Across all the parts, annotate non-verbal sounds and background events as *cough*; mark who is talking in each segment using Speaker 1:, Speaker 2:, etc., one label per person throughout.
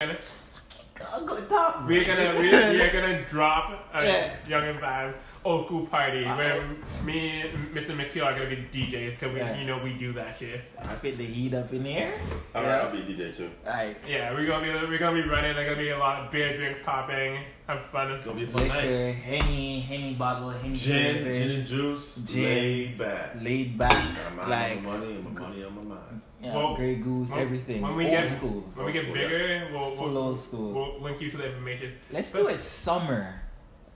Speaker 1: minutes.
Speaker 2: Go- go talk.
Speaker 1: We're gonna we, we
Speaker 2: *laughs*
Speaker 1: are gonna drop a
Speaker 2: Yeah.
Speaker 1: young and vibe oku party
Speaker 2: Uh-huh.
Speaker 1: where me and Mr. McKeel are gonna be DJs till we
Speaker 2: Yeah.
Speaker 1: you know we do that shit.
Speaker 2: Spit the heat up in there.
Speaker 3: All right,
Speaker 2: Yeah.
Speaker 3: I'll be a DJ too.
Speaker 2: Like
Speaker 1: Yeah, we're gonna be we're gonna be running. There's gonna be a lot of beer drink popping, have fun. It's
Speaker 3: It's gonna be a fun night.
Speaker 2: liquor, henny, henny bottle, henny
Speaker 3: Gin, gin and
Speaker 2: service,
Speaker 3: juice,
Speaker 2: Gin.
Speaker 3: laid back.
Speaker 2: laid back,
Speaker 3: Got my mind
Speaker 2: like
Speaker 3: on my money and my money on my mind.
Speaker 2: yeah,
Speaker 1: Well,
Speaker 2: Grey Goose,
Speaker 1: when-
Speaker 2: everything.
Speaker 1: when we
Speaker 2: old
Speaker 1: get-
Speaker 2: school,
Speaker 1: when we get
Speaker 3: Old school, yeah.
Speaker 1: bigger, we'll
Speaker 2: full
Speaker 1: we'll,
Speaker 2: old school.
Speaker 1: we'll link you to the information.
Speaker 2: Let's
Speaker 1: but-
Speaker 2: do it summer.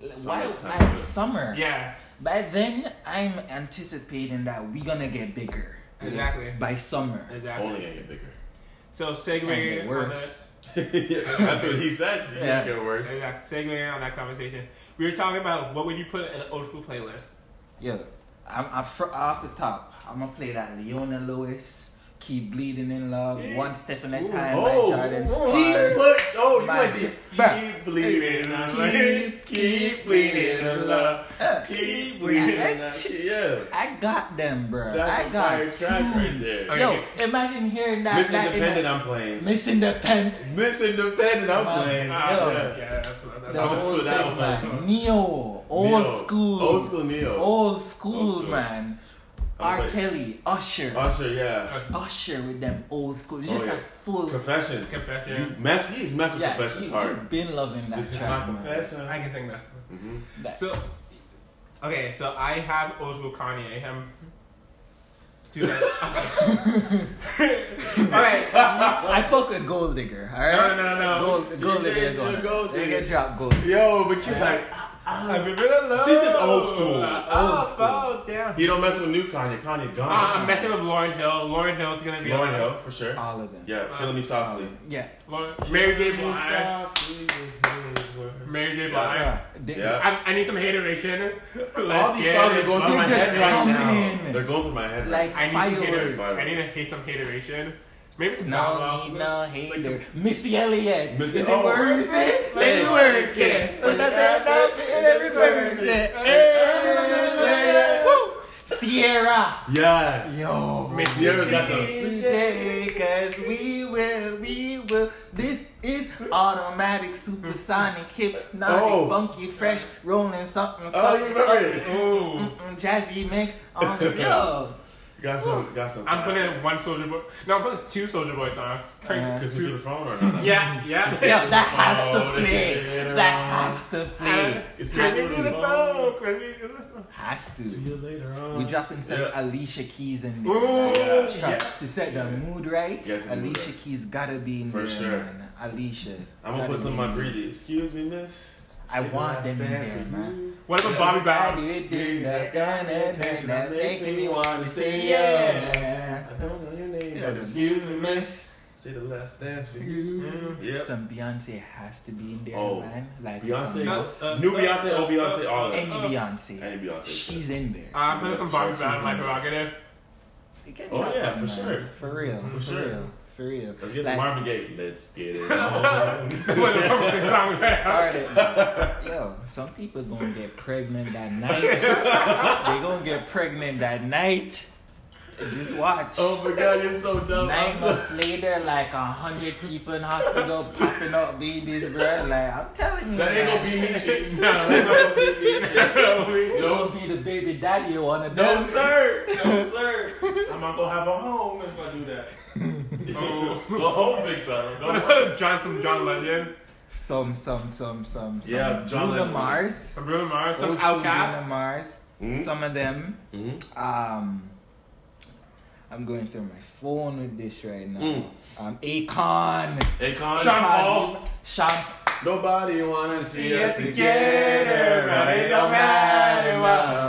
Speaker 2: L- Why
Speaker 3: Summer's time to do
Speaker 2: like
Speaker 3: it.
Speaker 2: summer?
Speaker 1: Yeah,
Speaker 2: By then, I'm anticipating that we're gonna get bigger.
Speaker 1: Exactly.
Speaker 2: By summer.
Speaker 1: exactly.
Speaker 3: Only gonna get bigger.
Speaker 1: So
Speaker 2: Can't get
Speaker 1: segue on that.
Speaker 2: worse.
Speaker 3: yeah, *laughs* that's what he said. You
Speaker 2: Yeah.
Speaker 3: yeah. get worse.
Speaker 1: Exactly. Segueing on that conversation, we were talking about what would you put in an old school playlist.
Speaker 2: Yeah, I'm, I'm fr- off the top. I'm gonna play that Leona Lewis, "Keep Bleeding in Love," "One Step at a Time"
Speaker 3: oh,
Speaker 2: by Jordan
Speaker 3: oh,
Speaker 2: Sparks.
Speaker 3: keep what? Oh, you
Speaker 2: By-
Speaker 3: went deep.
Speaker 2: Bruh.
Speaker 3: Keep bleeding, I love
Speaker 1: Keep-
Speaker 3: keep, keep bleeding, I love
Speaker 2: Uh,
Speaker 3: keep bleeding, I
Speaker 2: that's
Speaker 3: love
Speaker 2: ch-
Speaker 3: Yeah,
Speaker 2: I got them, bro.
Speaker 3: that's
Speaker 2: I
Speaker 3: a
Speaker 2: got
Speaker 3: fire track right
Speaker 2: tunes.
Speaker 3: there.
Speaker 1: Okay.
Speaker 2: Yo, imagine hearing that.
Speaker 3: Miss
Speaker 2: that in
Speaker 3: Independent,
Speaker 2: a-
Speaker 3: I'm playing.
Speaker 2: Miss Independent.
Speaker 3: Miss Independent,
Speaker 2: Wow.
Speaker 3: I'm playing.
Speaker 2: Ah,
Speaker 3: Yeah.
Speaker 2: Yo.
Speaker 1: yeah, that's what that's
Speaker 2: The
Speaker 3: I'm
Speaker 1: what-
Speaker 3: gonna
Speaker 2: whole
Speaker 3: do that
Speaker 2: thing,
Speaker 3: one.
Speaker 2: man. Neo, old
Speaker 3: Neo.
Speaker 2: school,
Speaker 3: Old school Neo.
Speaker 2: old school,
Speaker 3: Old school.
Speaker 2: man.
Speaker 3: I'm
Speaker 2: R.
Speaker 3: like-
Speaker 2: Kelly, Usher,
Speaker 3: Usher, yeah.
Speaker 2: Usher with them old school. It's
Speaker 3: Oh,
Speaker 2: just
Speaker 3: yeah.
Speaker 2: a full.
Speaker 3: Confessions.
Speaker 1: Confession.
Speaker 3: You mess, he's messing with
Speaker 2: yeah,
Speaker 3: confessions
Speaker 2: you,
Speaker 3: hard.
Speaker 2: have been loving that
Speaker 3: This is my
Speaker 2: track, man.
Speaker 3: confession.
Speaker 1: I can sing that.
Speaker 3: Mhm.
Speaker 2: That-
Speaker 1: So, okay, so I have old school Kanye. I'm. Dude,
Speaker 3: *laughs*
Speaker 1: I, all right.
Speaker 2: I fuck with Gold Digger, alright?
Speaker 1: No, no, no.
Speaker 2: Gold,
Speaker 3: She
Speaker 2: gold Digger is
Speaker 3: changed
Speaker 2: one.
Speaker 3: the Gold
Speaker 2: They
Speaker 3: Digger.
Speaker 2: can drop Gold Digger.
Speaker 3: Yo, but he's like,
Speaker 1: I've been really low.
Speaker 3: Since it's old school. Oh,
Speaker 1: I
Speaker 2: Old school.
Speaker 1: fall down.
Speaker 3: he don't mess with new Kanye. Kanye gone.
Speaker 1: Uh, I'm messing with Lauren Hill. Lauren Hill's gonna be
Speaker 3: Lauren
Speaker 1: on-
Speaker 3: Hill for sure.
Speaker 2: All of them.
Speaker 3: Yeah, killing me softly.
Speaker 2: Yeah.
Speaker 1: Lauren, Mary J.
Speaker 3: Killing me
Speaker 1: Blige.
Speaker 3: softly.
Speaker 1: Mary J. Blige.
Speaker 3: Yeah.
Speaker 2: They-
Speaker 3: Yeah.
Speaker 1: I, I need some hateration. *laughs* Let's
Speaker 3: All these
Speaker 1: get
Speaker 3: songs
Speaker 1: it.
Speaker 3: are going through
Speaker 2: You
Speaker 3: my
Speaker 2: just
Speaker 3: head right
Speaker 2: come
Speaker 3: now.
Speaker 2: in.
Speaker 3: They're going through my head.
Speaker 2: Like
Speaker 3: Like,
Speaker 1: I need some hater.
Speaker 2: fireworks.
Speaker 3: Fireworks.
Speaker 1: I need to hate some hateration. Maybe some Bow
Speaker 2: No
Speaker 1: Wow.
Speaker 2: need no hater. Missy Elliott.
Speaker 3: Missy-
Speaker 2: is it
Speaker 3: oh.
Speaker 2: worth it?
Speaker 1: Let it work, yeah.
Speaker 2: But that- that- that- that- every person said, eh, woo. Sierra.
Speaker 3: yeah.
Speaker 2: Yo.
Speaker 1: Miss
Speaker 3: Yeah,
Speaker 1: Nikki.
Speaker 3: that's a-
Speaker 2: DJ, cause we will, we will. This is automatic, supersonic, hypnotic,
Speaker 3: Oh.
Speaker 2: funky, fresh, rolling something,
Speaker 3: Oh,
Speaker 2: something,
Speaker 3: you remember it?
Speaker 1: Ooh.
Speaker 2: something, jazzy mix on
Speaker 3: *laughs*
Speaker 2: the yo.
Speaker 3: Got some. Got some.
Speaker 1: I'm putting one soldier boy. No, I'm putting two soldier boys on.
Speaker 2: Uh-huh.
Speaker 3: Cause we Uh, do the phone or not?
Speaker 1: Yeah, yeah.
Speaker 2: *laughs* Yo, that has
Speaker 3: Oh,
Speaker 2: to
Speaker 3: they
Speaker 2: play.
Speaker 3: did it
Speaker 2: That
Speaker 3: wrong.
Speaker 2: has
Speaker 1: *laughs*
Speaker 2: to
Speaker 1: And-
Speaker 2: play.
Speaker 3: It's
Speaker 1: Can
Speaker 3: not
Speaker 1: we
Speaker 3: through
Speaker 1: do
Speaker 3: the
Speaker 1: the
Speaker 3: phone.
Speaker 1: phone? Can we do the phone?
Speaker 2: Has
Speaker 3: See
Speaker 2: to.
Speaker 3: you later on.
Speaker 2: We dropping some
Speaker 3: Yeah.
Speaker 2: Alicia Keys in there.
Speaker 1: Ooh,
Speaker 2: man.
Speaker 3: yeah.
Speaker 2: Try To set the
Speaker 3: Yeah.
Speaker 2: mood right,
Speaker 3: Yes, the mood
Speaker 2: Alicia
Speaker 3: right.
Speaker 2: Keys gotta be in
Speaker 3: For
Speaker 2: there.
Speaker 3: sure.
Speaker 2: Man. Alicia.
Speaker 3: I'm gonna put
Speaker 2: gotta
Speaker 3: some
Speaker 2: be
Speaker 3: of my
Speaker 2: in there.
Speaker 3: breezy. Excuse me, miss.
Speaker 2: I
Speaker 3: Say the
Speaker 2: want
Speaker 3: last
Speaker 2: them in
Speaker 3: dance
Speaker 2: there,
Speaker 3: for
Speaker 2: man.
Speaker 3: you.
Speaker 1: What about Bobby
Speaker 2: I
Speaker 1: Brown?
Speaker 2: do it, do that, kind of thing that makes me wanna say
Speaker 3: I
Speaker 2: yeah.
Speaker 3: don't know your name,
Speaker 2: Yeah,
Speaker 3: but excuse me, miss. Say the last dance for you. Yeah.
Speaker 2: Some Beyonce has to be in there,
Speaker 3: Oh,
Speaker 2: man. Like
Speaker 3: Beyonce,
Speaker 2: some-
Speaker 1: Uh, uh,
Speaker 3: new Beyonce, old Beyonce, all of
Speaker 2: any
Speaker 3: that.
Speaker 2: Beyonce,
Speaker 3: Any Beyonce.
Speaker 2: she's in there.
Speaker 1: Uh, I'm putting some Bobby Brown in *laughs* my prerogative.
Speaker 2: You can
Speaker 3: Oh,
Speaker 2: drop
Speaker 3: yeah,
Speaker 2: them,
Speaker 3: for
Speaker 2: man.
Speaker 3: sure.
Speaker 2: for real, for,
Speaker 3: sure.
Speaker 2: real, for real.
Speaker 3: Let's
Speaker 2: Like-
Speaker 3: get some Marvin Gaye. Let's
Speaker 2: *laughs*
Speaker 3: get it on. *laughs*
Speaker 1: What about Bobby Brown?
Speaker 2: started. Yo, some people gonna get pregnant that night. they gonna get pregnant that night. Just watch.
Speaker 3: oh my God, you're so dumb.
Speaker 2: Nine
Speaker 3: I'm so-
Speaker 2: months later, like a hundred people in hospital popping up babies, bro. Like I'm telling you,
Speaker 3: That ain't
Speaker 2: man.
Speaker 3: gonna be
Speaker 2: *laughs*
Speaker 3: me. Chief.
Speaker 1: No.
Speaker 2: You gonna be the baby daddy you wanna
Speaker 3: No
Speaker 2: be.
Speaker 3: sir, no sir. I'm not gonna have a home if I
Speaker 2: *laughs*
Speaker 3: do that.
Speaker 1: Oh.
Speaker 3: Go home, big fella. Go
Speaker 1: What
Speaker 3: home.
Speaker 1: about *laughs* John, some John Legend?
Speaker 2: Some, some, some, some, some.
Speaker 3: Yeah, John
Speaker 2: Bruno
Speaker 3: Lennon.
Speaker 2: Mars.
Speaker 1: Some Bruno Mars? Some
Speaker 2: old school
Speaker 1: Outkast?
Speaker 2: Bruno Mars.
Speaker 3: Mhm.
Speaker 2: Some of them.
Speaker 3: Mhm.
Speaker 2: Um, I'm going through my phone with this right now.
Speaker 3: Mm.
Speaker 2: Um, Akon.
Speaker 3: Hey, Con.
Speaker 1: Sean
Speaker 2: Akon,
Speaker 1: Paul.
Speaker 2: Sean.
Speaker 3: Nobody wanna see
Speaker 1: See us
Speaker 3: us together, but it don't matter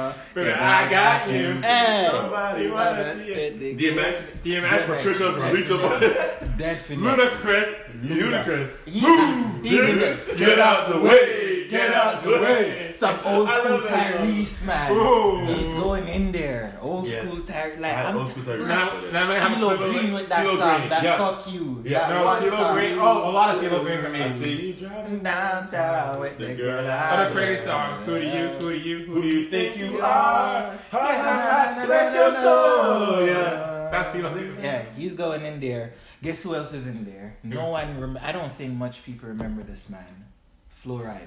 Speaker 3: what.
Speaker 1: Because I got you.
Speaker 2: Hey.
Speaker 3: Nobody wanna see us. DMX,
Speaker 1: DMX.
Speaker 3: Patricia,
Speaker 2: Definitely.
Speaker 3: Lisa,
Speaker 2: Definitely.
Speaker 1: Ludacris.
Speaker 3: Ludacris.
Speaker 2: He's in- he's in there.
Speaker 3: Get out the way. Get out the way.
Speaker 2: Some old
Speaker 3: I
Speaker 2: school
Speaker 3: love that song.
Speaker 2: Tyrese man.
Speaker 1: Ooh.
Speaker 2: He's going in there. Old
Speaker 3: Yes.
Speaker 2: school Tyrese. Like
Speaker 3: I
Speaker 2: I'm
Speaker 3: old school Tyrese.
Speaker 1: Now, now I'm gonna have
Speaker 2: CeeLo
Speaker 1: a quick
Speaker 2: Green
Speaker 1: look.
Speaker 2: with that
Speaker 3: CeeLo
Speaker 2: song.
Speaker 3: Green,
Speaker 2: That
Speaker 3: yeah.
Speaker 2: fuck you.
Speaker 3: Yeah.
Speaker 2: That
Speaker 1: No,
Speaker 2: one
Speaker 1: CeeLo
Speaker 2: song.
Speaker 1: Green. Oh, a lot of CeeLo Green for
Speaker 3: I
Speaker 1: me.
Speaker 3: see you driving
Speaker 2: Downtown with the girl I
Speaker 1: What a crazy song. Who do you, who do you,
Speaker 3: Who do you think you are? Hi, hi,
Speaker 2: Yeah.
Speaker 3: hi, Bless your soul. Yeah.
Speaker 1: That's CeeLo Green. Hmm.
Speaker 2: Yeah, he's going in there. Guess who else is in there? No one. Rem- I don't think much people remember this man, Florida.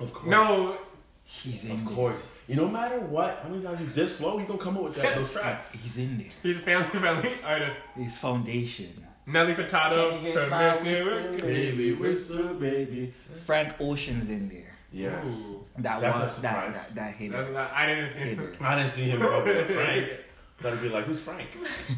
Speaker 3: Of course.
Speaker 1: No,
Speaker 2: He's in.
Speaker 3: Of
Speaker 2: there.
Speaker 3: course. You no matter what, how many times you just flow, you gonna come up with that, those tracks.
Speaker 2: He's in there.
Speaker 1: he's a family *laughs* friendly artist.
Speaker 2: His foundation.
Speaker 1: Nelly Furtado.
Speaker 2: Can you
Speaker 1: her
Speaker 2: get my
Speaker 1: nephew.
Speaker 2: whistle?
Speaker 3: Baby whistle, baby.
Speaker 2: Frank Ocean's in there.
Speaker 3: Yes.
Speaker 1: Ooh,
Speaker 2: That
Speaker 3: That's
Speaker 2: was
Speaker 3: a
Speaker 2: that,
Speaker 3: surprise.
Speaker 2: that that
Speaker 1: that's
Speaker 2: hitter.
Speaker 1: not, I didn't *laughs* see
Speaker 2: hitter.
Speaker 3: I didn't see him go with Frank. That'd be like, who's *laughs* Frank?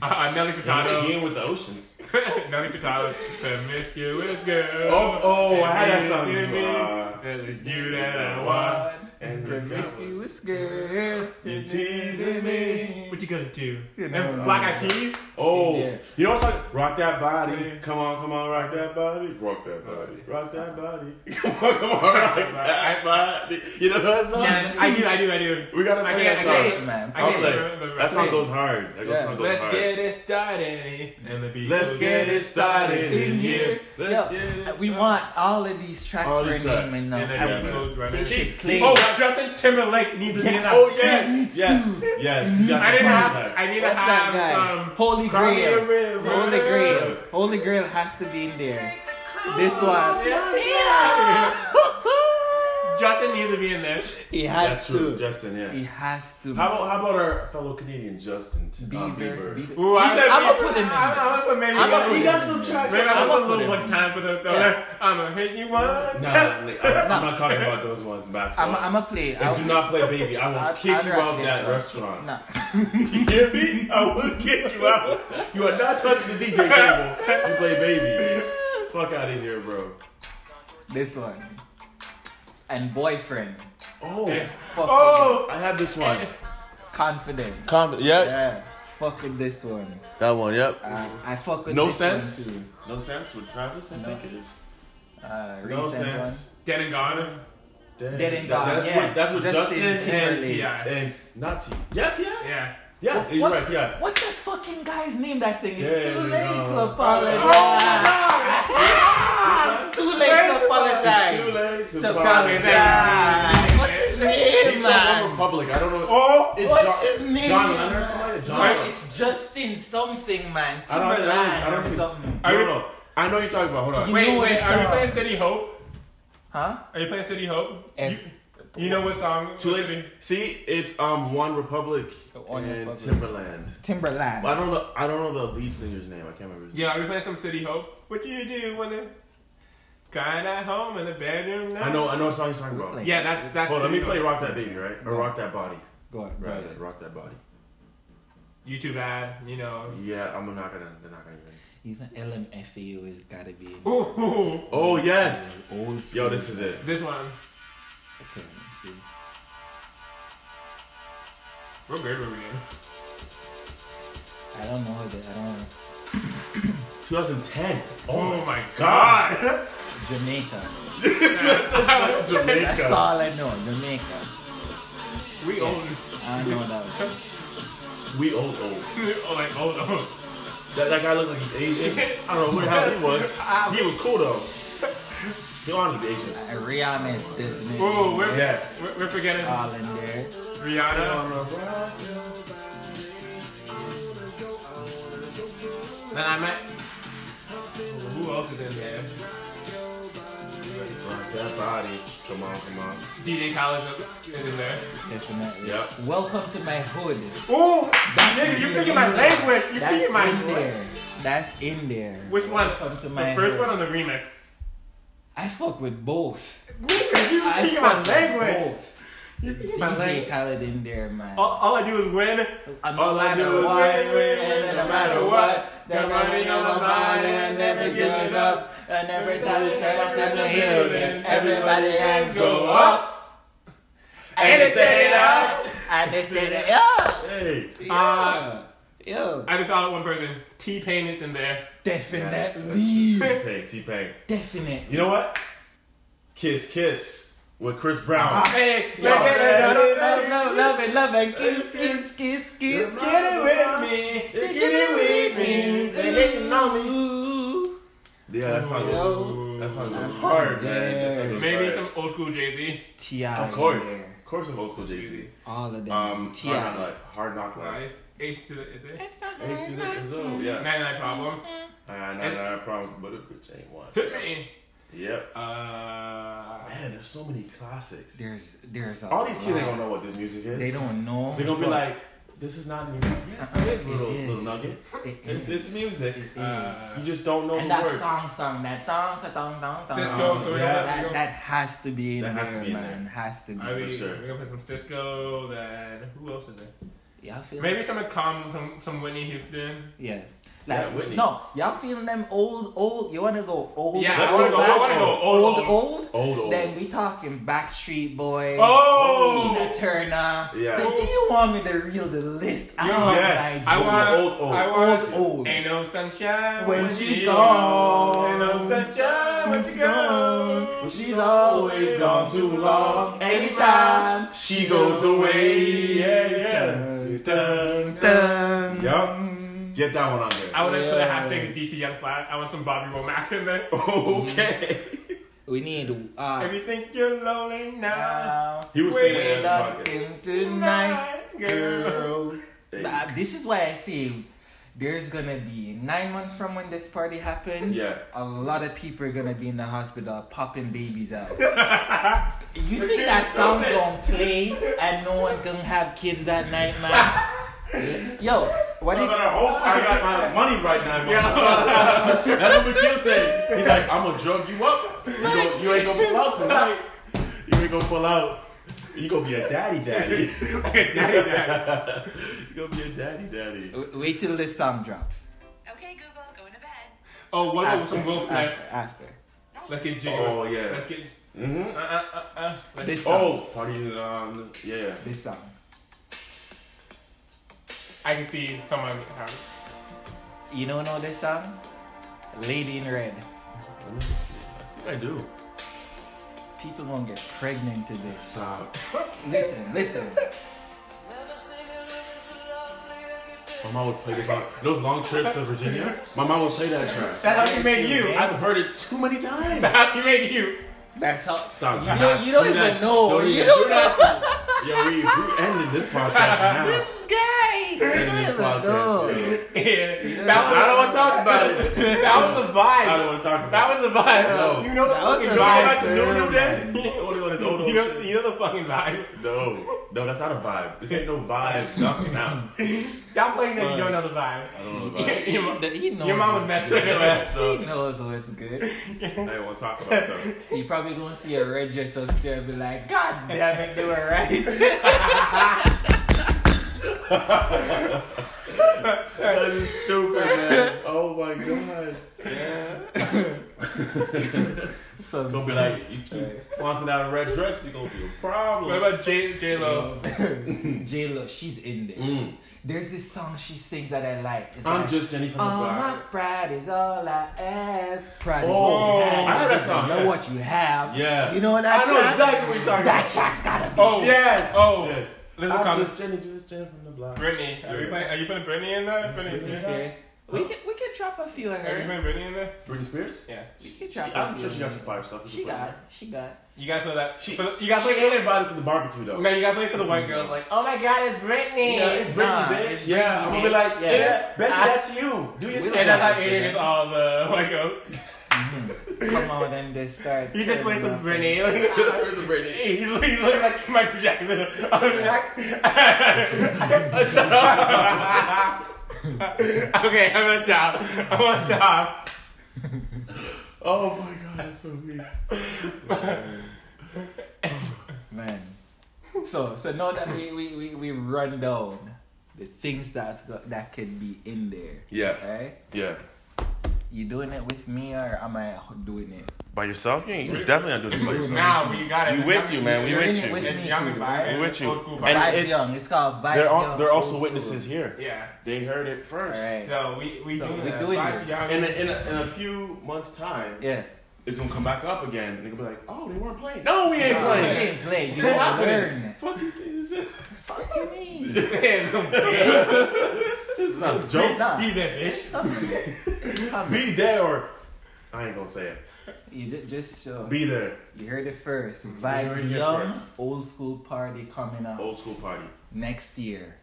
Speaker 1: uh, Nelly
Speaker 3: He
Speaker 1: Furtado.
Speaker 3: in with the oceans.
Speaker 1: *laughs* Nelly Furtado. Promiscuous girl.
Speaker 3: Oh, oh, I had
Speaker 1: If
Speaker 3: that
Speaker 1: you
Speaker 3: song.
Speaker 1: see me,
Speaker 3: Uh,
Speaker 1: it's you that I want.
Speaker 3: and promiscuous.
Speaker 2: Promiscuous girl,
Speaker 3: You teasing me.
Speaker 1: What you gonna do?
Speaker 2: You
Speaker 1: And
Speaker 2: know.
Speaker 1: Black Eyed Peas.
Speaker 3: Oh,
Speaker 2: Yeah.
Speaker 3: you know what's like? Rock that body.
Speaker 1: Yeah.
Speaker 3: Come on, come on, rock that body. Rock that
Speaker 1: Body.
Speaker 3: body. Rock that body. *laughs* Come on, come on, rock that body. You know that song?
Speaker 1: Yeah, I do, I do, I do.
Speaker 3: We gotta
Speaker 1: I
Speaker 3: play
Speaker 1: get
Speaker 3: that
Speaker 1: it,
Speaker 3: song.
Speaker 1: I get
Speaker 2: Hey, man.
Speaker 1: I
Speaker 3: I'll
Speaker 1: get
Speaker 3: play
Speaker 1: it.
Speaker 3: it.
Speaker 1: The- the-
Speaker 3: That song
Speaker 2: Hey.
Speaker 3: goes hard. That goes-
Speaker 2: Yeah.
Speaker 3: song goes
Speaker 1: Let's
Speaker 3: hard.
Speaker 1: get it started. And the beat
Speaker 3: Let's
Speaker 1: goes
Speaker 3: get it started in here. Let's
Speaker 2: Yo,
Speaker 3: get it started.
Speaker 2: we want all of these tracks
Speaker 3: All
Speaker 2: for
Speaker 3: these
Speaker 2: name and
Speaker 3: tracks.
Speaker 1: And
Speaker 2: number.
Speaker 1: then
Speaker 3: Yeah,
Speaker 1: it
Speaker 3: man.
Speaker 1: goes right
Speaker 2: They
Speaker 1: in.
Speaker 2: should play.
Speaker 1: Oh, Justin Timberlake needs to be in that.
Speaker 3: Oh
Speaker 2: It
Speaker 3: yes,
Speaker 2: needs
Speaker 3: yes,
Speaker 2: to.
Speaker 3: yes. yes.
Speaker 1: I didn't
Speaker 3: yes.
Speaker 1: have. I need to
Speaker 2: What's that
Speaker 1: have
Speaker 2: guy?
Speaker 1: some.
Speaker 2: Holy
Speaker 3: Cry me a
Speaker 2: Grail.
Speaker 3: river.
Speaker 2: Holy Grail. Holy Grail has to be in there. This one.
Speaker 1: Justin needs to be in this.
Speaker 2: He has
Speaker 3: That's true,
Speaker 2: to.
Speaker 3: Justin. Yeah.
Speaker 2: He has to.
Speaker 3: How about how about our fellow Canadian Justin T- uh,
Speaker 2: Beaver?
Speaker 3: Bieber?
Speaker 2: Beaver.
Speaker 1: Ooh,
Speaker 3: said
Speaker 2: I'ma put him
Speaker 1: I'm,
Speaker 2: in there.
Speaker 1: I'm gonna put maybe.
Speaker 2: I'ma
Speaker 1: one-
Speaker 2: put
Speaker 3: He
Speaker 2: him in
Speaker 3: got some
Speaker 2: there.
Speaker 3: tracks.
Speaker 1: Maybe I'm
Speaker 2: I'ma
Speaker 1: gonna
Speaker 2: put
Speaker 1: put a little
Speaker 2: him
Speaker 1: one
Speaker 2: in
Speaker 1: time for the fella.
Speaker 2: Yeah.
Speaker 1: I'm gonna hit you one.
Speaker 3: No, I'm not talking about those ones, Max.
Speaker 2: I'm, I'm gonna play.
Speaker 3: and do not play baby. I will
Speaker 2: I'll-
Speaker 3: kick
Speaker 2: I'll
Speaker 3: you
Speaker 2: write
Speaker 3: out
Speaker 2: this
Speaker 3: that
Speaker 2: up.
Speaker 3: restaurant.
Speaker 2: Nah. *laughs*
Speaker 3: You hear me? I will kick you out. You are not touching the DJ table. You play baby. bitch. Fuck out of here, bro.
Speaker 2: This one. And boyfriend.
Speaker 3: Oh,
Speaker 1: Yeah.
Speaker 2: Fuck Oh.
Speaker 3: I had this one.
Speaker 2: with confident.
Speaker 3: Comment. Yep.
Speaker 2: Yeah. Fuck with this one.
Speaker 3: That one. Yep.
Speaker 2: Uh, I fuck with
Speaker 3: No
Speaker 2: this
Speaker 3: sense.
Speaker 2: one
Speaker 3: No sense with Travis. I think it is.
Speaker 2: too. Uh, recent
Speaker 3: No
Speaker 2: one.
Speaker 3: sense.
Speaker 1: Dead and gone.
Speaker 2: Dead and Gone,
Speaker 3: That's
Speaker 2: yeah.
Speaker 3: what, that's what
Speaker 2: Justin
Speaker 3: Justin, and
Speaker 2: Timberlake.
Speaker 3: T.I. and not T. Yeah, T.I.
Speaker 1: Yeah.
Speaker 3: Yeah,
Speaker 2: What-
Speaker 3: you're right. Yeah.
Speaker 2: What's that fucking guy's name that's singing? It's
Speaker 3: There
Speaker 2: too
Speaker 3: we
Speaker 2: late
Speaker 3: go.
Speaker 2: to apologize. It's too late
Speaker 1: Where's the-
Speaker 2: to apologize.
Speaker 3: It's too late to
Speaker 2: To
Speaker 3: apologize.
Speaker 2: apologize. What's his
Speaker 3: He's
Speaker 2: name,
Speaker 3: from One
Speaker 2: man?
Speaker 3: Republic. I don't know.
Speaker 1: Oh.
Speaker 3: It's
Speaker 2: What's
Speaker 3: John,
Speaker 2: his name?
Speaker 3: John Lennon or somebody? John.
Speaker 2: No, it's Justin something, man.
Speaker 3: I don't- I don't- I
Speaker 2: Timberland
Speaker 3: don't
Speaker 2: or
Speaker 3: think-
Speaker 2: something.
Speaker 3: I don't know. I know you're talking about. Hold on.
Speaker 2: You
Speaker 1: Wait,
Speaker 2: know
Speaker 1: wait.
Speaker 2: this
Speaker 1: Are we
Speaker 2: song.
Speaker 1: playing City Hope?
Speaker 2: Huh?
Speaker 1: Are you playing City Hope?
Speaker 2: F-
Speaker 1: You, you know what song?
Speaker 3: Too late. See, it's um One Republic
Speaker 2: One
Speaker 3: and
Speaker 2: Republic.
Speaker 3: Timberland.
Speaker 2: Timberland.
Speaker 3: I don't know. I don't know the lead singer's name. I can't remember. His name.
Speaker 1: Yeah, are we playing some City Hope? What do you do when the crying at home in the bedroom? now?
Speaker 3: I know. I know what song you're talking about.
Speaker 2: Really?
Speaker 1: Yeah, that's that's.
Speaker 3: Hold on. Let
Speaker 1: City
Speaker 3: me play
Speaker 1: Hope.
Speaker 3: Rock That Baby, right? Or Rock That Body.
Speaker 2: Go on, go
Speaker 3: Rather,
Speaker 2: ahead.
Speaker 3: Rock That Body.
Speaker 1: YouTube ad. You know.
Speaker 3: Yeah, I'm not gonna. They're not gonna even.
Speaker 2: Even LMFAO has gotta be in
Speaker 1: Ooh,
Speaker 3: Oh yes.
Speaker 2: old school.
Speaker 3: Yo, this is it.
Speaker 1: this one.
Speaker 2: Okay, let's see.
Speaker 1: What grade were we in?
Speaker 2: I don't know that. I don't know.
Speaker 3: 2010.
Speaker 1: Oh my god!
Speaker 3: *laughs*
Speaker 2: Jamaica.
Speaker 3: *laughs*
Speaker 2: That's
Speaker 3: Jamaica.
Speaker 2: all I know. Jamaica.
Speaker 1: we old.
Speaker 2: I don't know that one.
Speaker 3: We old old.
Speaker 1: oh, like old, old.
Speaker 3: That, that guy looked like he's
Speaker 1: *laughs*
Speaker 3: Asian. I don't know who the hell he was. He was cool though. He wanted to be Asian.
Speaker 2: Uh, Rihanna is Disney.
Speaker 1: Ooh, we're,
Speaker 3: Yes.
Speaker 1: we're, we're forgetting
Speaker 2: All in there.
Speaker 1: Rihanna. Then I met. Who else is in there?
Speaker 3: Rock that body. Come on, come on.
Speaker 1: DJ Khaled is in there.
Speaker 2: Definitely.
Speaker 3: Yep.
Speaker 2: Welcome to my hood.
Speaker 1: Ooh,
Speaker 2: That's
Speaker 1: nigga, you
Speaker 2: in
Speaker 1: picking my
Speaker 2: there.
Speaker 1: language. You
Speaker 2: That's
Speaker 1: picking my
Speaker 2: in
Speaker 1: language.
Speaker 2: there. That's in there.
Speaker 1: Which one?
Speaker 2: Welcome to
Speaker 1: the
Speaker 2: my
Speaker 1: first
Speaker 2: hood.
Speaker 1: one on the remix.
Speaker 2: I fuck with both.
Speaker 1: Nigga, you
Speaker 2: I
Speaker 1: picking my
Speaker 2: fuck with
Speaker 1: language.
Speaker 2: Both.
Speaker 1: You picking my
Speaker 2: DJ
Speaker 1: language. Oh,
Speaker 2: Khaled in there, man.
Speaker 1: All, all I do is win.
Speaker 2: I'm
Speaker 3: all
Speaker 2: no
Speaker 3: I do
Speaker 2: matter
Speaker 3: is
Speaker 2: what,
Speaker 3: win, win,
Speaker 2: and
Speaker 3: win,
Speaker 2: no matter
Speaker 3: no matter
Speaker 2: what,
Speaker 1: what,
Speaker 2: they're
Speaker 1: got money
Speaker 2: running on
Speaker 1: on
Speaker 2: my
Speaker 1: my
Speaker 2: mind,
Speaker 1: mind,
Speaker 2: and never giving up, and every time you turn up there's a building, everybody hands go up,
Speaker 1: And they set it up.
Speaker 2: and they set it up.
Speaker 3: Hey.
Speaker 2: Yeah. Yeah.
Speaker 1: I just thought of one person. T Pain is in there.
Speaker 2: Definitely.
Speaker 3: T-Pain, T-Pain.
Speaker 2: Definitely.
Speaker 3: You know what? Kiss, kiss with Chris Brown.
Speaker 1: Hey,
Speaker 3: Yo,
Speaker 1: let's get it
Speaker 3: man.
Speaker 1: up.
Speaker 2: Love, love, love, love, and love, and kiss, kiss, kiss, kiss.
Speaker 1: Get it with me.
Speaker 3: Get it with me. They hating on me.
Speaker 2: Ooh.
Speaker 3: Yeah, that song
Speaker 1: Yo.
Speaker 3: goes, that song goes hard, man. That song goes
Speaker 1: Maybe
Speaker 3: hard.
Speaker 1: some old school Jay Z.
Speaker 2: T.I.
Speaker 3: Of
Speaker 2: in
Speaker 3: course.
Speaker 2: there.
Speaker 3: Of course of old school JC.
Speaker 2: All of them.
Speaker 3: Um,
Speaker 2: T.I.
Speaker 3: Hard Knock Life. Hard Knock Life.
Speaker 1: H to the is it?
Speaker 3: H to the- is, oh, Yeah.
Speaker 1: 99 problem.
Speaker 3: Nah, nah,
Speaker 1: And-
Speaker 3: nah, I promise, but a bitch ain't *laughs* one.
Speaker 1: Hitman.
Speaker 3: yep.
Speaker 1: Uh,
Speaker 3: Man, there's so many classics.
Speaker 2: There's there's a
Speaker 3: All these kids
Speaker 2: lot.
Speaker 3: ain't gonna know what this music is.
Speaker 2: They don't know.
Speaker 3: They're gonna be
Speaker 2: but
Speaker 3: like, this is not music. Yes, it is,
Speaker 2: It
Speaker 3: little,
Speaker 2: is.
Speaker 3: little nugget.
Speaker 2: it
Speaker 3: It's,
Speaker 2: is.
Speaker 3: it's music.
Speaker 2: It is.
Speaker 1: Uh,
Speaker 3: You just don't know
Speaker 2: and
Speaker 3: the
Speaker 2: that
Speaker 3: words.
Speaker 2: song, song, that song, ka dong, dong, dong.
Speaker 1: Cisco,
Speaker 3: so we
Speaker 2: yeah,
Speaker 3: don't-
Speaker 1: we
Speaker 2: that,
Speaker 1: don't-
Speaker 2: that has to be in
Speaker 3: That
Speaker 2: there,
Speaker 3: has to be in
Speaker 2: man. Has to be.
Speaker 1: I mean,
Speaker 3: sure.
Speaker 1: we're gonna play some Cisco. Then who else is there?
Speaker 2: y'all feel
Speaker 1: Maybe some calm, some some Whitney Houston.
Speaker 2: Yeah. Like,
Speaker 3: Yeah, Whitney.
Speaker 2: no, y'all feeling them old, old. You wanna go old?
Speaker 1: Yeah,
Speaker 3: Let's
Speaker 1: I wanna
Speaker 3: go
Speaker 1: go. I
Speaker 3: back
Speaker 1: wanna go. Oh.
Speaker 3: on
Speaker 1: Old,
Speaker 2: old,
Speaker 1: old.
Speaker 2: old.
Speaker 3: Old, old.
Speaker 2: Then we talking Backstreet Boys,
Speaker 1: Oh!
Speaker 2: Tina Turner.
Speaker 3: Yeah.
Speaker 2: Like, do you want me to reel the list out?
Speaker 1: Yeah.
Speaker 3: Yes.
Speaker 2: Like,
Speaker 1: I
Speaker 3: Old,
Speaker 1: want.
Speaker 3: old, old.
Speaker 1: I want.
Speaker 2: old, old.
Speaker 1: Ain't no sunshine
Speaker 2: When she's
Speaker 3: Oh,
Speaker 2: gone.
Speaker 1: Ain't no sunshine when she goes.
Speaker 2: She's always gone too long. Anytime
Speaker 3: She goes away. Yeah, yeah.
Speaker 2: Dun,
Speaker 3: Dun.
Speaker 2: Dun.
Speaker 3: Yup. Get that one on
Speaker 1: I
Speaker 3: there.
Speaker 1: want to put a
Speaker 2: Yeah.
Speaker 1: hashtag DC Young Flat. I want some Bobby Womack in there.
Speaker 3: Okay.
Speaker 2: We need. Uh,
Speaker 1: If you think you're lonely now,
Speaker 2: now.
Speaker 3: He was saying that in
Speaker 2: Wait
Speaker 3: the
Speaker 2: up
Speaker 3: podcast.
Speaker 2: in tonight,
Speaker 1: girl.
Speaker 2: girl. Nah, this is why I say there's gonna be nine months from when this party happens.
Speaker 3: Yeah.
Speaker 2: a lot of people are gonna be in the hospital popping babies out. you think that song's gonna play and no one's gonna have kids that night, man? Yo, what
Speaker 3: I
Speaker 2: did?
Speaker 3: better hope I got
Speaker 1: *laughs*
Speaker 3: my money right now. motherfucker. That's what McGill said. He's like, I'm gonna drug you up. You, gon- you ain't gonna pull out tonight. You ain't gonna pull out. You gonna be a daddy *laughs* daddy. you gonna be a daddy daddy.
Speaker 2: w- Wait till this song drops.
Speaker 4: Okay, Google, going to bed.
Speaker 1: Oh, what was
Speaker 2: After,
Speaker 1: some Will
Speaker 2: after,
Speaker 1: Smith?
Speaker 2: after.
Speaker 1: Let's get jiggy.
Speaker 3: Oh, yeah.
Speaker 1: Let's get.
Speaker 3: Mm-hmm.
Speaker 1: Uh, uh, uh, uh. Let's
Speaker 2: This song.
Speaker 3: Oh, parties in um, yeah.
Speaker 2: This song.
Speaker 1: I can see someone. having- *laughs*
Speaker 2: You don't know this song? Lady in Red.
Speaker 3: I do.
Speaker 2: People gonna get pregnant to this.
Speaker 3: Stop.
Speaker 2: Listen, listen.
Speaker 3: My mom would play this on those long trips to Virginia. *laughs* My mom would play that track.
Speaker 1: That's how you make you.
Speaker 2: That's
Speaker 3: I've heard it too many times.
Speaker 1: That's how you make you.
Speaker 2: That's how.
Speaker 3: Stop.
Speaker 2: You don't, you don't even know. you don't know.
Speaker 3: Yo, we, we ended this
Speaker 1: *laughs*
Speaker 3: podcast now. *laughs*
Speaker 2: This guy. You
Speaker 3: Ending
Speaker 2: don't
Speaker 3: this
Speaker 2: even
Speaker 3: podcast,
Speaker 2: know.
Speaker 3: yo.
Speaker 1: Yeah.
Speaker 3: I
Speaker 1: That
Speaker 3: don't want to talk about
Speaker 1: *laughs*
Speaker 3: it.
Speaker 1: was, that was a
Speaker 3: I
Speaker 1: vibe.
Speaker 3: don't want to talk
Speaker 1: That
Speaker 3: about it.
Speaker 1: was a vibe.
Speaker 3: No.
Speaker 1: You know the
Speaker 2: That was
Speaker 1: fucking
Speaker 2: a
Speaker 1: vibe.
Speaker 2: vibe.
Speaker 3: That was
Speaker 2: Back
Speaker 3: New
Speaker 2: to
Speaker 3: New Day. Only on his old
Speaker 1: You
Speaker 3: old
Speaker 1: know,
Speaker 3: shit.
Speaker 1: you know the fucking vibe.
Speaker 3: No, no, that's not a vibe. This ain't no vibes. Nothing *laughs* now.
Speaker 1: Stop playing that you don't know the vibe.
Speaker 3: I don't know
Speaker 1: *laughs*
Speaker 3: the vibe.
Speaker 1: Your,
Speaker 2: He- He knows.
Speaker 1: your mama
Speaker 2: what's
Speaker 1: messed
Speaker 3: Shut
Speaker 1: with
Speaker 3: your
Speaker 1: your ass.
Speaker 3: ass
Speaker 2: He
Speaker 3: up.
Speaker 2: knows what's good.
Speaker 3: I don't want to talk about it though.
Speaker 2: You probably gonna see a red dress upstairs and be like, God damn it, they were right.
Speaker 3: That is stupid, man. Oh my god.
Speaker 2: So
Speaker 3: Gonna be like, you keep wanting that red dress, you're gonna be a problem.
Speaker 1: What about J J Lo?
Speaker 2: J Lo, she's in there.
Speaker 3: Mm.
Speaker 2: There's this song she sings that I like. It's
Speaker 3: I'm
Speaker 2: like,
Speaker 3: just Jenny from the
Speaker 2: All Oh, my
Speaker 3: vibe.
Speaker 2: pride is all I have. Pride is
Speaker 3: Oh,
Speaker 2: all you have.
Speaker 3: I heard that
Speaker 2: You
Speaker 3: song,
Speaker 2: Know
Speaker 3: yeah.
Speaker 2: what you have.
Speaker 3: Yeah.
Speaker 2: You know that
Speaker 3: I know
Speaker 2: track?
Speaker 3: exactly what you're talking
Speaker 2: That
Speaker 3: about.
Speaker 2: track's gotta be.
Speaker 1: Oh,
Speaker 3: Yes.
Speaker 1: Oh.
Speaker 3: Yes.
Speaker 1: Listen,
Speaker 3: I'm
Speaker 1: come.
Speaker 3: just Jenny, just Jenny from the block.
Speaker 1: Brittany, are you putting are you putting Brittany in there? Brittany,
Speaker 3: Britney
Speaker 1: yeah.
Speaker 3: Spears.
Speaker 2: We can we can drop a few of
Speaker 1: are you
Speaker 2: her.
Speaker 1: putting Brittany in there?
Speaker 3: Britney Spears?
Speaker 1: Yeah.
Speaker 2: We can
Speaker 3: She,
Speaker 2: drop a
Speaker 3: I'm
Speaker 2: few.
Speaker 3: sure she got
Speaker 2: of
Speaker 3: some
Speaker 2: her.
Speaker 3: fire stuff.
Speaker 2: She got. She got.
Speaker 1: You gotta play that.
Speaker 3: She-
Speaker 1: for the- you gotta
Speaker 3: She
Speaker 1: play
Speaker 3: ain't invited to the barbecue though.
Speaker 1: No, you gotta play for the white girls. Like,
Speaker 2: Oh my God, it's Britney.
Speaker 3: Yeah, it's
Speaker 2: Nah,
Speaker 3: Britney, bitch.
Speaker 2: it's
Speaker 3: yeah,
Speaker 2: Britney,
Speaker 3: I'm gonna be like,
Speaker 2: bitch.
Speaker 3: yeah, Betty,
Speaker 2: I-
Speaker 3: that's you. Do your
Speaker 2: We
Speaker 3: thing.
Speaker 1: and that's how
Speaker 2: Yeah.
Speaker 1: Aiden gets all the white girls.
Speaker 2: Come on and just
Speaker 3: *laughs*
Speaker 2: start.
Speaker 1: You just play
Speaker 2: turning
Speaker 1: some
Speaker 2: up.
Speaker 1: Britney. Like,
Speaker 3: There's a Britney.
Speaker 1: Hey, he's looking, he's looking like Michael Jackson. I was *laughs* like- Shut up. *laughs* okay, I'm gonna stop. I'm gonna stop.
Speaker 3: Oh my god, that's so weird.
Speaker 2: Man. So so now that we we, we, we run down the things that's got, that could be in there.
Speaker 3: Yeah,
Speaker 2: Alright?
Speaker 3: yeah.
Speaker 2: You doing it with me or am I doing it?
Speaker 3: By yourself, you ain't you definitely not doing this by yourself.
Speaker 1: Now we got it.
Speaker 3: We with you, man. We
Speaker 2: You're
Speaker 3: with
Speaker 2: in it
Speaker 3: you.
Speaker 2: with
Speaker 1: And
Speaker 2: me
Speaker 1: young
Speaker 2: too,
Speaker 1: and
Speaker 2: right?
Speaker 1: vibe.
Speaker 3: We with you.
Speaker 1: Old school
Speaker 3: And
Speaker 1: vibe.
Speaker 2: Vibes
Speaker 3: it-
Speaker 2: Young. It's called Vibes
Speaker 3: They're,
Speaker 2: Young.
Speaker 3: all, they're also
Speaker 2: old
Speaker 3: witnesses
Speaker 2: school.
Speaker 3: here.
Speaker 1: Yeah.
Speaker 3: They heard it first.
Speaker 2: Alright.
Speaker 1: So we we
Speaker 2: So
Speaker 1: doing
Speaker 2: we
Speaker 1: that.
Speaker 2: doing
Speaker 1: Vibe,
Speaker 2: this.
Speaker 1: *laughs* young.
Speaker 2: *laughs*
Speaker 3: In a, in, a, in a few months' time,
Speaker 2: Yeah.
Speaker 3: it's gonna come back up again. And they're gonna be like, "Oh, they weren't playing. No, we ain't
Speaker 1: No,
Speaker 2: You
Speaker 3: playing.
Speaker 2: ain't play. You
Speaker 3: They
Speaker 2: gonna
Speaker 3: happening.
Speaker 2: learn.
Speaker 3: Fuck you. This is,
Speaker 2: Fuck you mean?
Speaker 3: this is not a joke.
Speaker 2: Nah.
Speaker 1: Be that bitch.
Speaker 2: It's coming. It's coming.
Speaker 3: Be there. Or, I ain't gonna say it.
Speaker 2: You ju- just show.
Speaker 3: Be there.
Speaker 2: You heard it first.
Speaker 3: heard it
Speaker 2: Vibes Young
Speaker 3: first. Oh.
Speaker 2: old school party coming up
Speaker 3: Old school party.
Speaker 2: next year.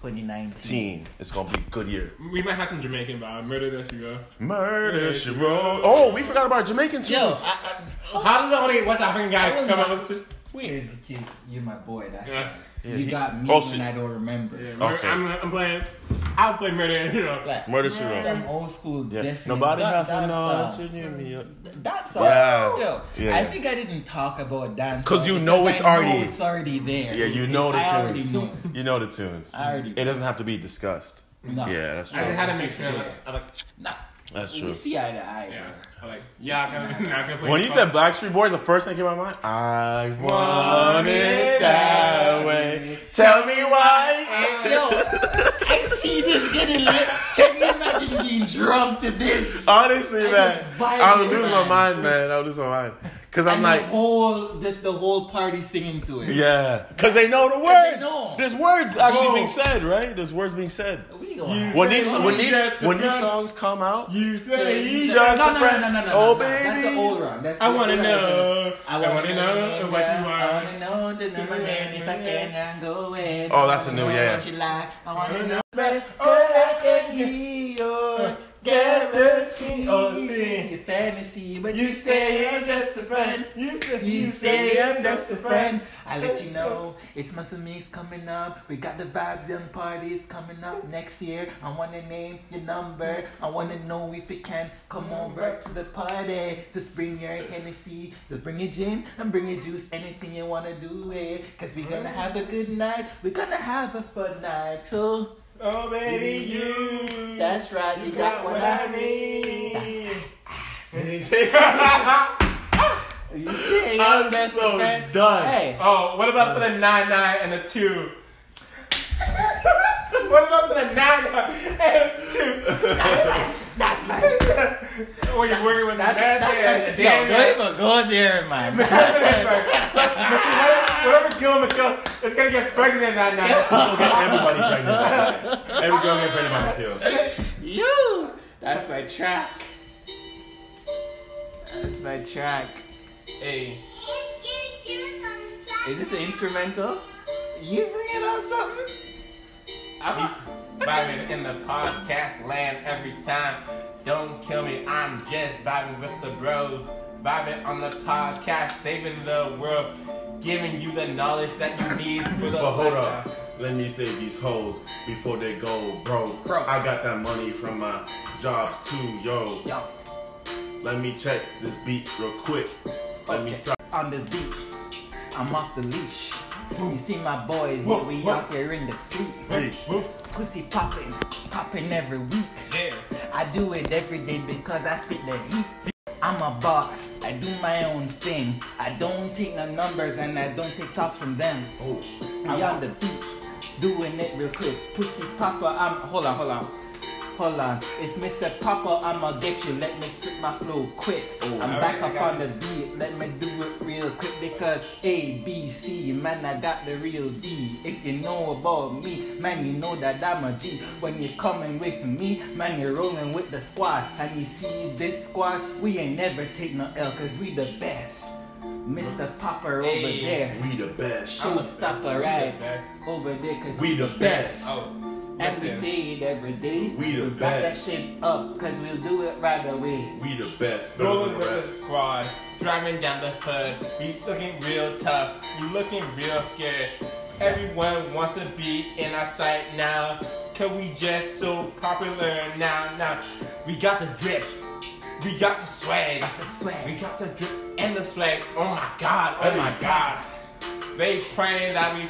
Speaker 2: 2019.
Speaker 3: Teen. It's gonna be a good year.
Speaker 1: We might have some Jamaican vibe. Murder that you go.
Speaker 3: Murder she wrote. Oh, we forgot about Jamaican tunes.
Speaker 2: Yo, I, I,
Speaker 1: How does the only West African
Speaker 2: I
Speaker 1: guy
Speaker 2: Oh. was
Speaker 1: come
Speaker 2: not-
Speaker 1: up with?
Speaker 2: Here's the key. You're my boy. That's
Speaker 1: Yeah.
Speaker 3: Yeah,
Speaker 2: You
Speaker 3: he-
Speaker 2: got me
Speaker 3: Oh,
Speaker 2: when
Speaker 3: shit.
Speaker 2: I don't remember.
Speaker 1: Yeah, murder,
Speaker 3: Okay.
Speaker 1: I'm, I'm playing. I'll play murder and you know.
Speaker 2: Like,
Speaker 3: Murder, She Wrote.
Speaker 2: Some old school.
Speaker 3: Yeah.
Speaker 2: definite-
Speaker 3: Nobody
Speaker 2: that,
Speaker 3: have to
Speaker 2: that
Speaker 3: know.
Speaker 2: song.
Speaker 3: so you me up.
Speaker 2: That song.
Speaker 3: Yeah.
Speaker 2: Yo,
Speaker 3: Yeah.
Speaker 2: I think I didn't talk about dance.
Speaker 3: 'Cause you know it's already-
Speaker 2: it's already there.
Speaker 3: Yeah, you know the
Speaker 2: I already
Speaker 3: tunes.
Speaker 2: know.
Speaker 3: You know the tunes.
Speaker 2: I already-
Speaker 3: It doesn't have to be discussed.
Speaker 2: No.
Speaker 3: Yeah, that's
Speaker 1: I
Speaker 3: true.
Speaker 1: just had to make sure. Like, I like,
Speaker 2: Nah.
Speaker 3: That's
Speaker 2: We
Speaker 3: true.
Speaker 2: see eye to eye.
Speaker 1: yeah,
Speaker 2: bro.
Speaker 1: I like, yeah, I can, I can play.
Speaker 3: When you
Speaker 1: funk.
Speaker 3: said Blackstreet Boys, the first thing that came to my mind. I want it that way. Tell me why.
Speaker 2: Yo, I see this getting lit. Can you imagine being drunk to this?
Speaker 3: Uh, Honestly,
Speaker 2: I
Speaker 3: man,
Speaker 2: just vibe
Speaker 3: I would
Speaker 2: with
Speaker 3: lose
Speaker 2: it,
Speaker 3: my
Speaker 2: man.
Speaker 3: mind, man. I would lose my mind. Cause I'm
Speaker 2: and
Speaker 3: like,
Speaker 2: the whole, just the whole party singing to it.
Speaker 3: yeah, cause they know the
Speaker 2: they
Speaker 3: words.
Speaker 2: know.
Speaker 3: There's words actually
Speaker 1: Whoa.
Speaker 3: being said, right? There's words being said.
Speaker 2: We gonna have-
Speaker 3: When
Speaker 1: say
Speaker 3: these
Speaker 1: he
Speaker 3: when these
Speaker 1: just
Speaker 3: when these
Speaker 1: forgot.
Speaker 3: songs come out,
Speaker 1: you say
Speaker 3: he
Speaker 1: you
Speaker 3: just-
Speaker 2: no, no,
Speaker 3: a
Speaker 2: no,
Speaker 3: friend.
Speaker 2: no, no, no, no,
Speaker 3: Oh,
Speaker 2: no. That's the
Speaker 3: baby.
Speaker 2: old one. That's the
Speaker 1: I
Speaker 2: old
Speaker 1: wanna
Speaker 2: one.
Speaker 1: know.
Speaker 2: I wanna know what
Speaker 1: are.
Speaker 2: you I wanna know the number man if I can and go away.
Speaker 3: Oh, that's a new-
Speaker 2: I wanna
Speaker 3: yeah.
Speaker 2: know What you like. I wanna know.
Speaker 1: But
Speaker 2: Galaxy
Speaker 1: of me.
Speaker 2: fantasy, but you say I'm just a friend.
Speaker 1: You
Speaker 2: You say I'm just a friend. I let you know it's Muscle Mix coming up. We got the Vibes Young parties coming up next year. I wanna name your number. I wanna know if you can come over to the party. Just bring your Hennessy, just bring your gin and bring your juice. Anything you wanna do it, cause we're gonna have a good night. We're gonna have a fun night. So
Speaker 1: Oh baby, you.
Speaker 2: that's right, you,
Speaker 1: you
Speaker 2: got, what I
Speaker 1: need.
Speaker 3: *laughs*
Speaker 2: need. You say
Speaker 3: I'm
Speaker 2: that's
Speaker 3: so
Speaker 2: a friend.
Speaker 3: done.
Speaker 2: Hey.
Speaker 1: oh, what about for the nine nine and the two? *laughs* what about for the nine nine and two?
Speaker 2: That's nice.
Speaker 1: When you're working with that bad ass, damn
Speaker 2: no,
Speaker 1: it.
Speaker 2: don't even go there, *laughs* man.
Speaker 1: Whatever kill him, kill. It's gonna get pregnant that night.
Speaker 3: We'll get everybody pregnant. Every girl get pregnant by the kill.
Speaker 2: you. That's my track. That's my track.
Speaker 1: hey,
Speaker 2: Is this an instrumental? You bringing out something? I'm
Speaker 1: vibing in the podcast land every time. Don't kill me, I'm just vibing with the bros. Vibing on the podcast, saving the world, giving you the knowledge that you need for the
Speaker 3: But hold up.
Speaker 1: lifestyle.
Speaker 3: Let me say these hoes before they go broke.
Speaker 2: Broke.
Speaker 3: I got that money from my jobs too, yo.
Speaker 2: yo
Speaker 3: Let me check this beat real quick. Let me
Speaker 2: Okay.
Speaker 3: start.
Speaker 2: on the beach. I'm off the leash. You see my boys,
Speaker 1: Woo,
Speaker 2: we
Speaker 1: woo.
Speaker 2: out here in the street. Pussy popping, popping every week.
Speaker 1: Yeah.
Speaker 2: I do it every day because I spit the heat. I'm a boss. I do my own thing. I don't take no numbers and I don't take talk from them.
Speaker 3: Oh,
Speaker 2: I'm on the beach, doing it real quick. Pussy Papa, I'm hold on, hold on. Hold on, it's Mr. Papa, I'ma get you. Let me spit my flow quick. I'm
Speaker 1: alright,
Speaker 2: back
Speaker 1: I
Speaker 2: up
Speaker 1: got
Speaker 2: on the beat. Let me do it real quick because A, B, C, man, I got the real D. If you know about me, man, you know that I'm a G. When you're coming with me, man, you're rolling with the squad. And you see this squad, we ain't never take no L because we the best. Mr. Popper
Speaker 1: Hey,
Speaker 2: over there.
Speaker 3: we the best.
Speaker 2: Show stop
Speaker 1: We the
Speaker 2: right
Speaker 1: best.
Speaker 2: over there cause
Speaker 3: We the best.
Speaker 1: Oh,
Speaker 2: And we
Speaker 1: listen.
Speaker 2: say it every day.
Speaker 3: We the
Speaker 2: got that
Speaker 3: best.
Speaker 2: shit up cause we'll do it right away.
Speaker 3: We the best. Better
Speaker 1: Rolling
Speaker 3: than the
Speaker 1: with the
Speaker 3: rest.
Speaker 1: squad, driving down the hood. We looking real tough, we looking real scared. Everyone wants to be in our sight now. Cause we just so popular now, now. We got the drip, we got the swag.
Speaker 2: The swag.
Speaker 1: We got the drip and the swag. Oh my god, oh my god. They pray that we,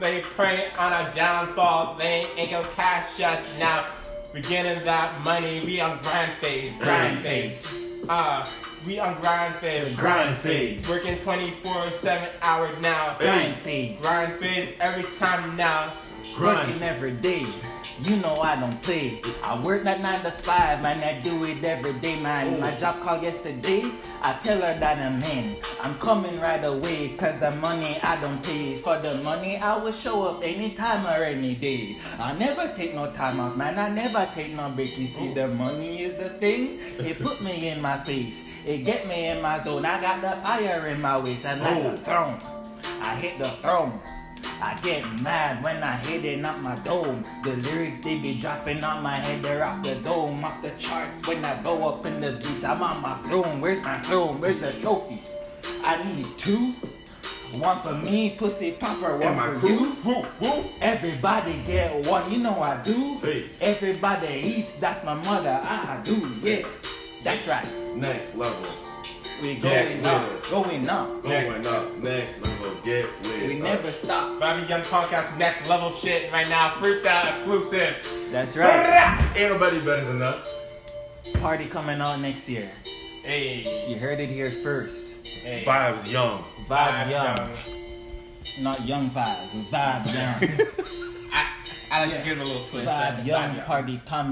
Speaker 1: they pray on our downfall. They ain't gonna cash us now. We getting that money. We on grind phase, grind
Speaker 3: Grind
Speaker 1: phase. Uh, we on grind phase.
Speaker 3: Grind phase.
Speaker 1: Working 24/7 hours now.
Speaker 2: Grind phase.
Speaker 1: Grind phase every time now.
Speaker 2: Working every day. You know I don't play. I work that 9 to 5, man. I do it every day, man. My job called yesterday. I tell her that I'm in. I'm coming right away. Cause the money I don't pay. For the money I will show up anytime or any day. I never take no time off, man. I never take no break. You see, the money is the thing. It put me in my space. It get me in my zone. I got the fire in my waist. And I
Speaker 3: Oh.
Speaker 2: got the throne. I hit the throne. I get mad when I hit it up my dome. The lyrics they be dropping on my head, they're off the dome, off the charts. When I go up in the beach, I'm on my throne. Where's my throne? Where's the trophy? I need two. One for me, pussy popper, one
Speaker 3: my
Speaker 2: for
Speaker 3: crew?
Speaker 2: you.
Speaker 1: Woo, woo.
Speaker 2: Everybody get one, you know I do.
Speaker 3: Hey.
Speaker 2: Everybody eats, that's my mother, I do, yeah. That's right.
Speaker 3: Next level.
Speaker 2: We
Speaker 1: Yeah,
Speaker 2: going
Speaker 3: yeah.
Speaker 2: up, going up.
Speaker 3: Going up. Next level. Get with
Speaker 2: We
Speaker 3: us.
Speaker 2: never stop.
Speaker 1: Bobby Young Podcast next level shit right now. Freestyle exclusive.
Speaker 2: That's right.
Speaker 3: Ain't nobody better than us.
Speaker 2: Party coming out next year.
Speaker 1: Hey,
Speaker 2: You heard it here first.
Speaker 1: hey.
Speaker 3: Vibes young.
Speaker 2: Vibes young. Not young *laughs* vibes, vibe young.
Speaker 1: I, I like to give him a little twist.
Speaker 2: vibe young party coming.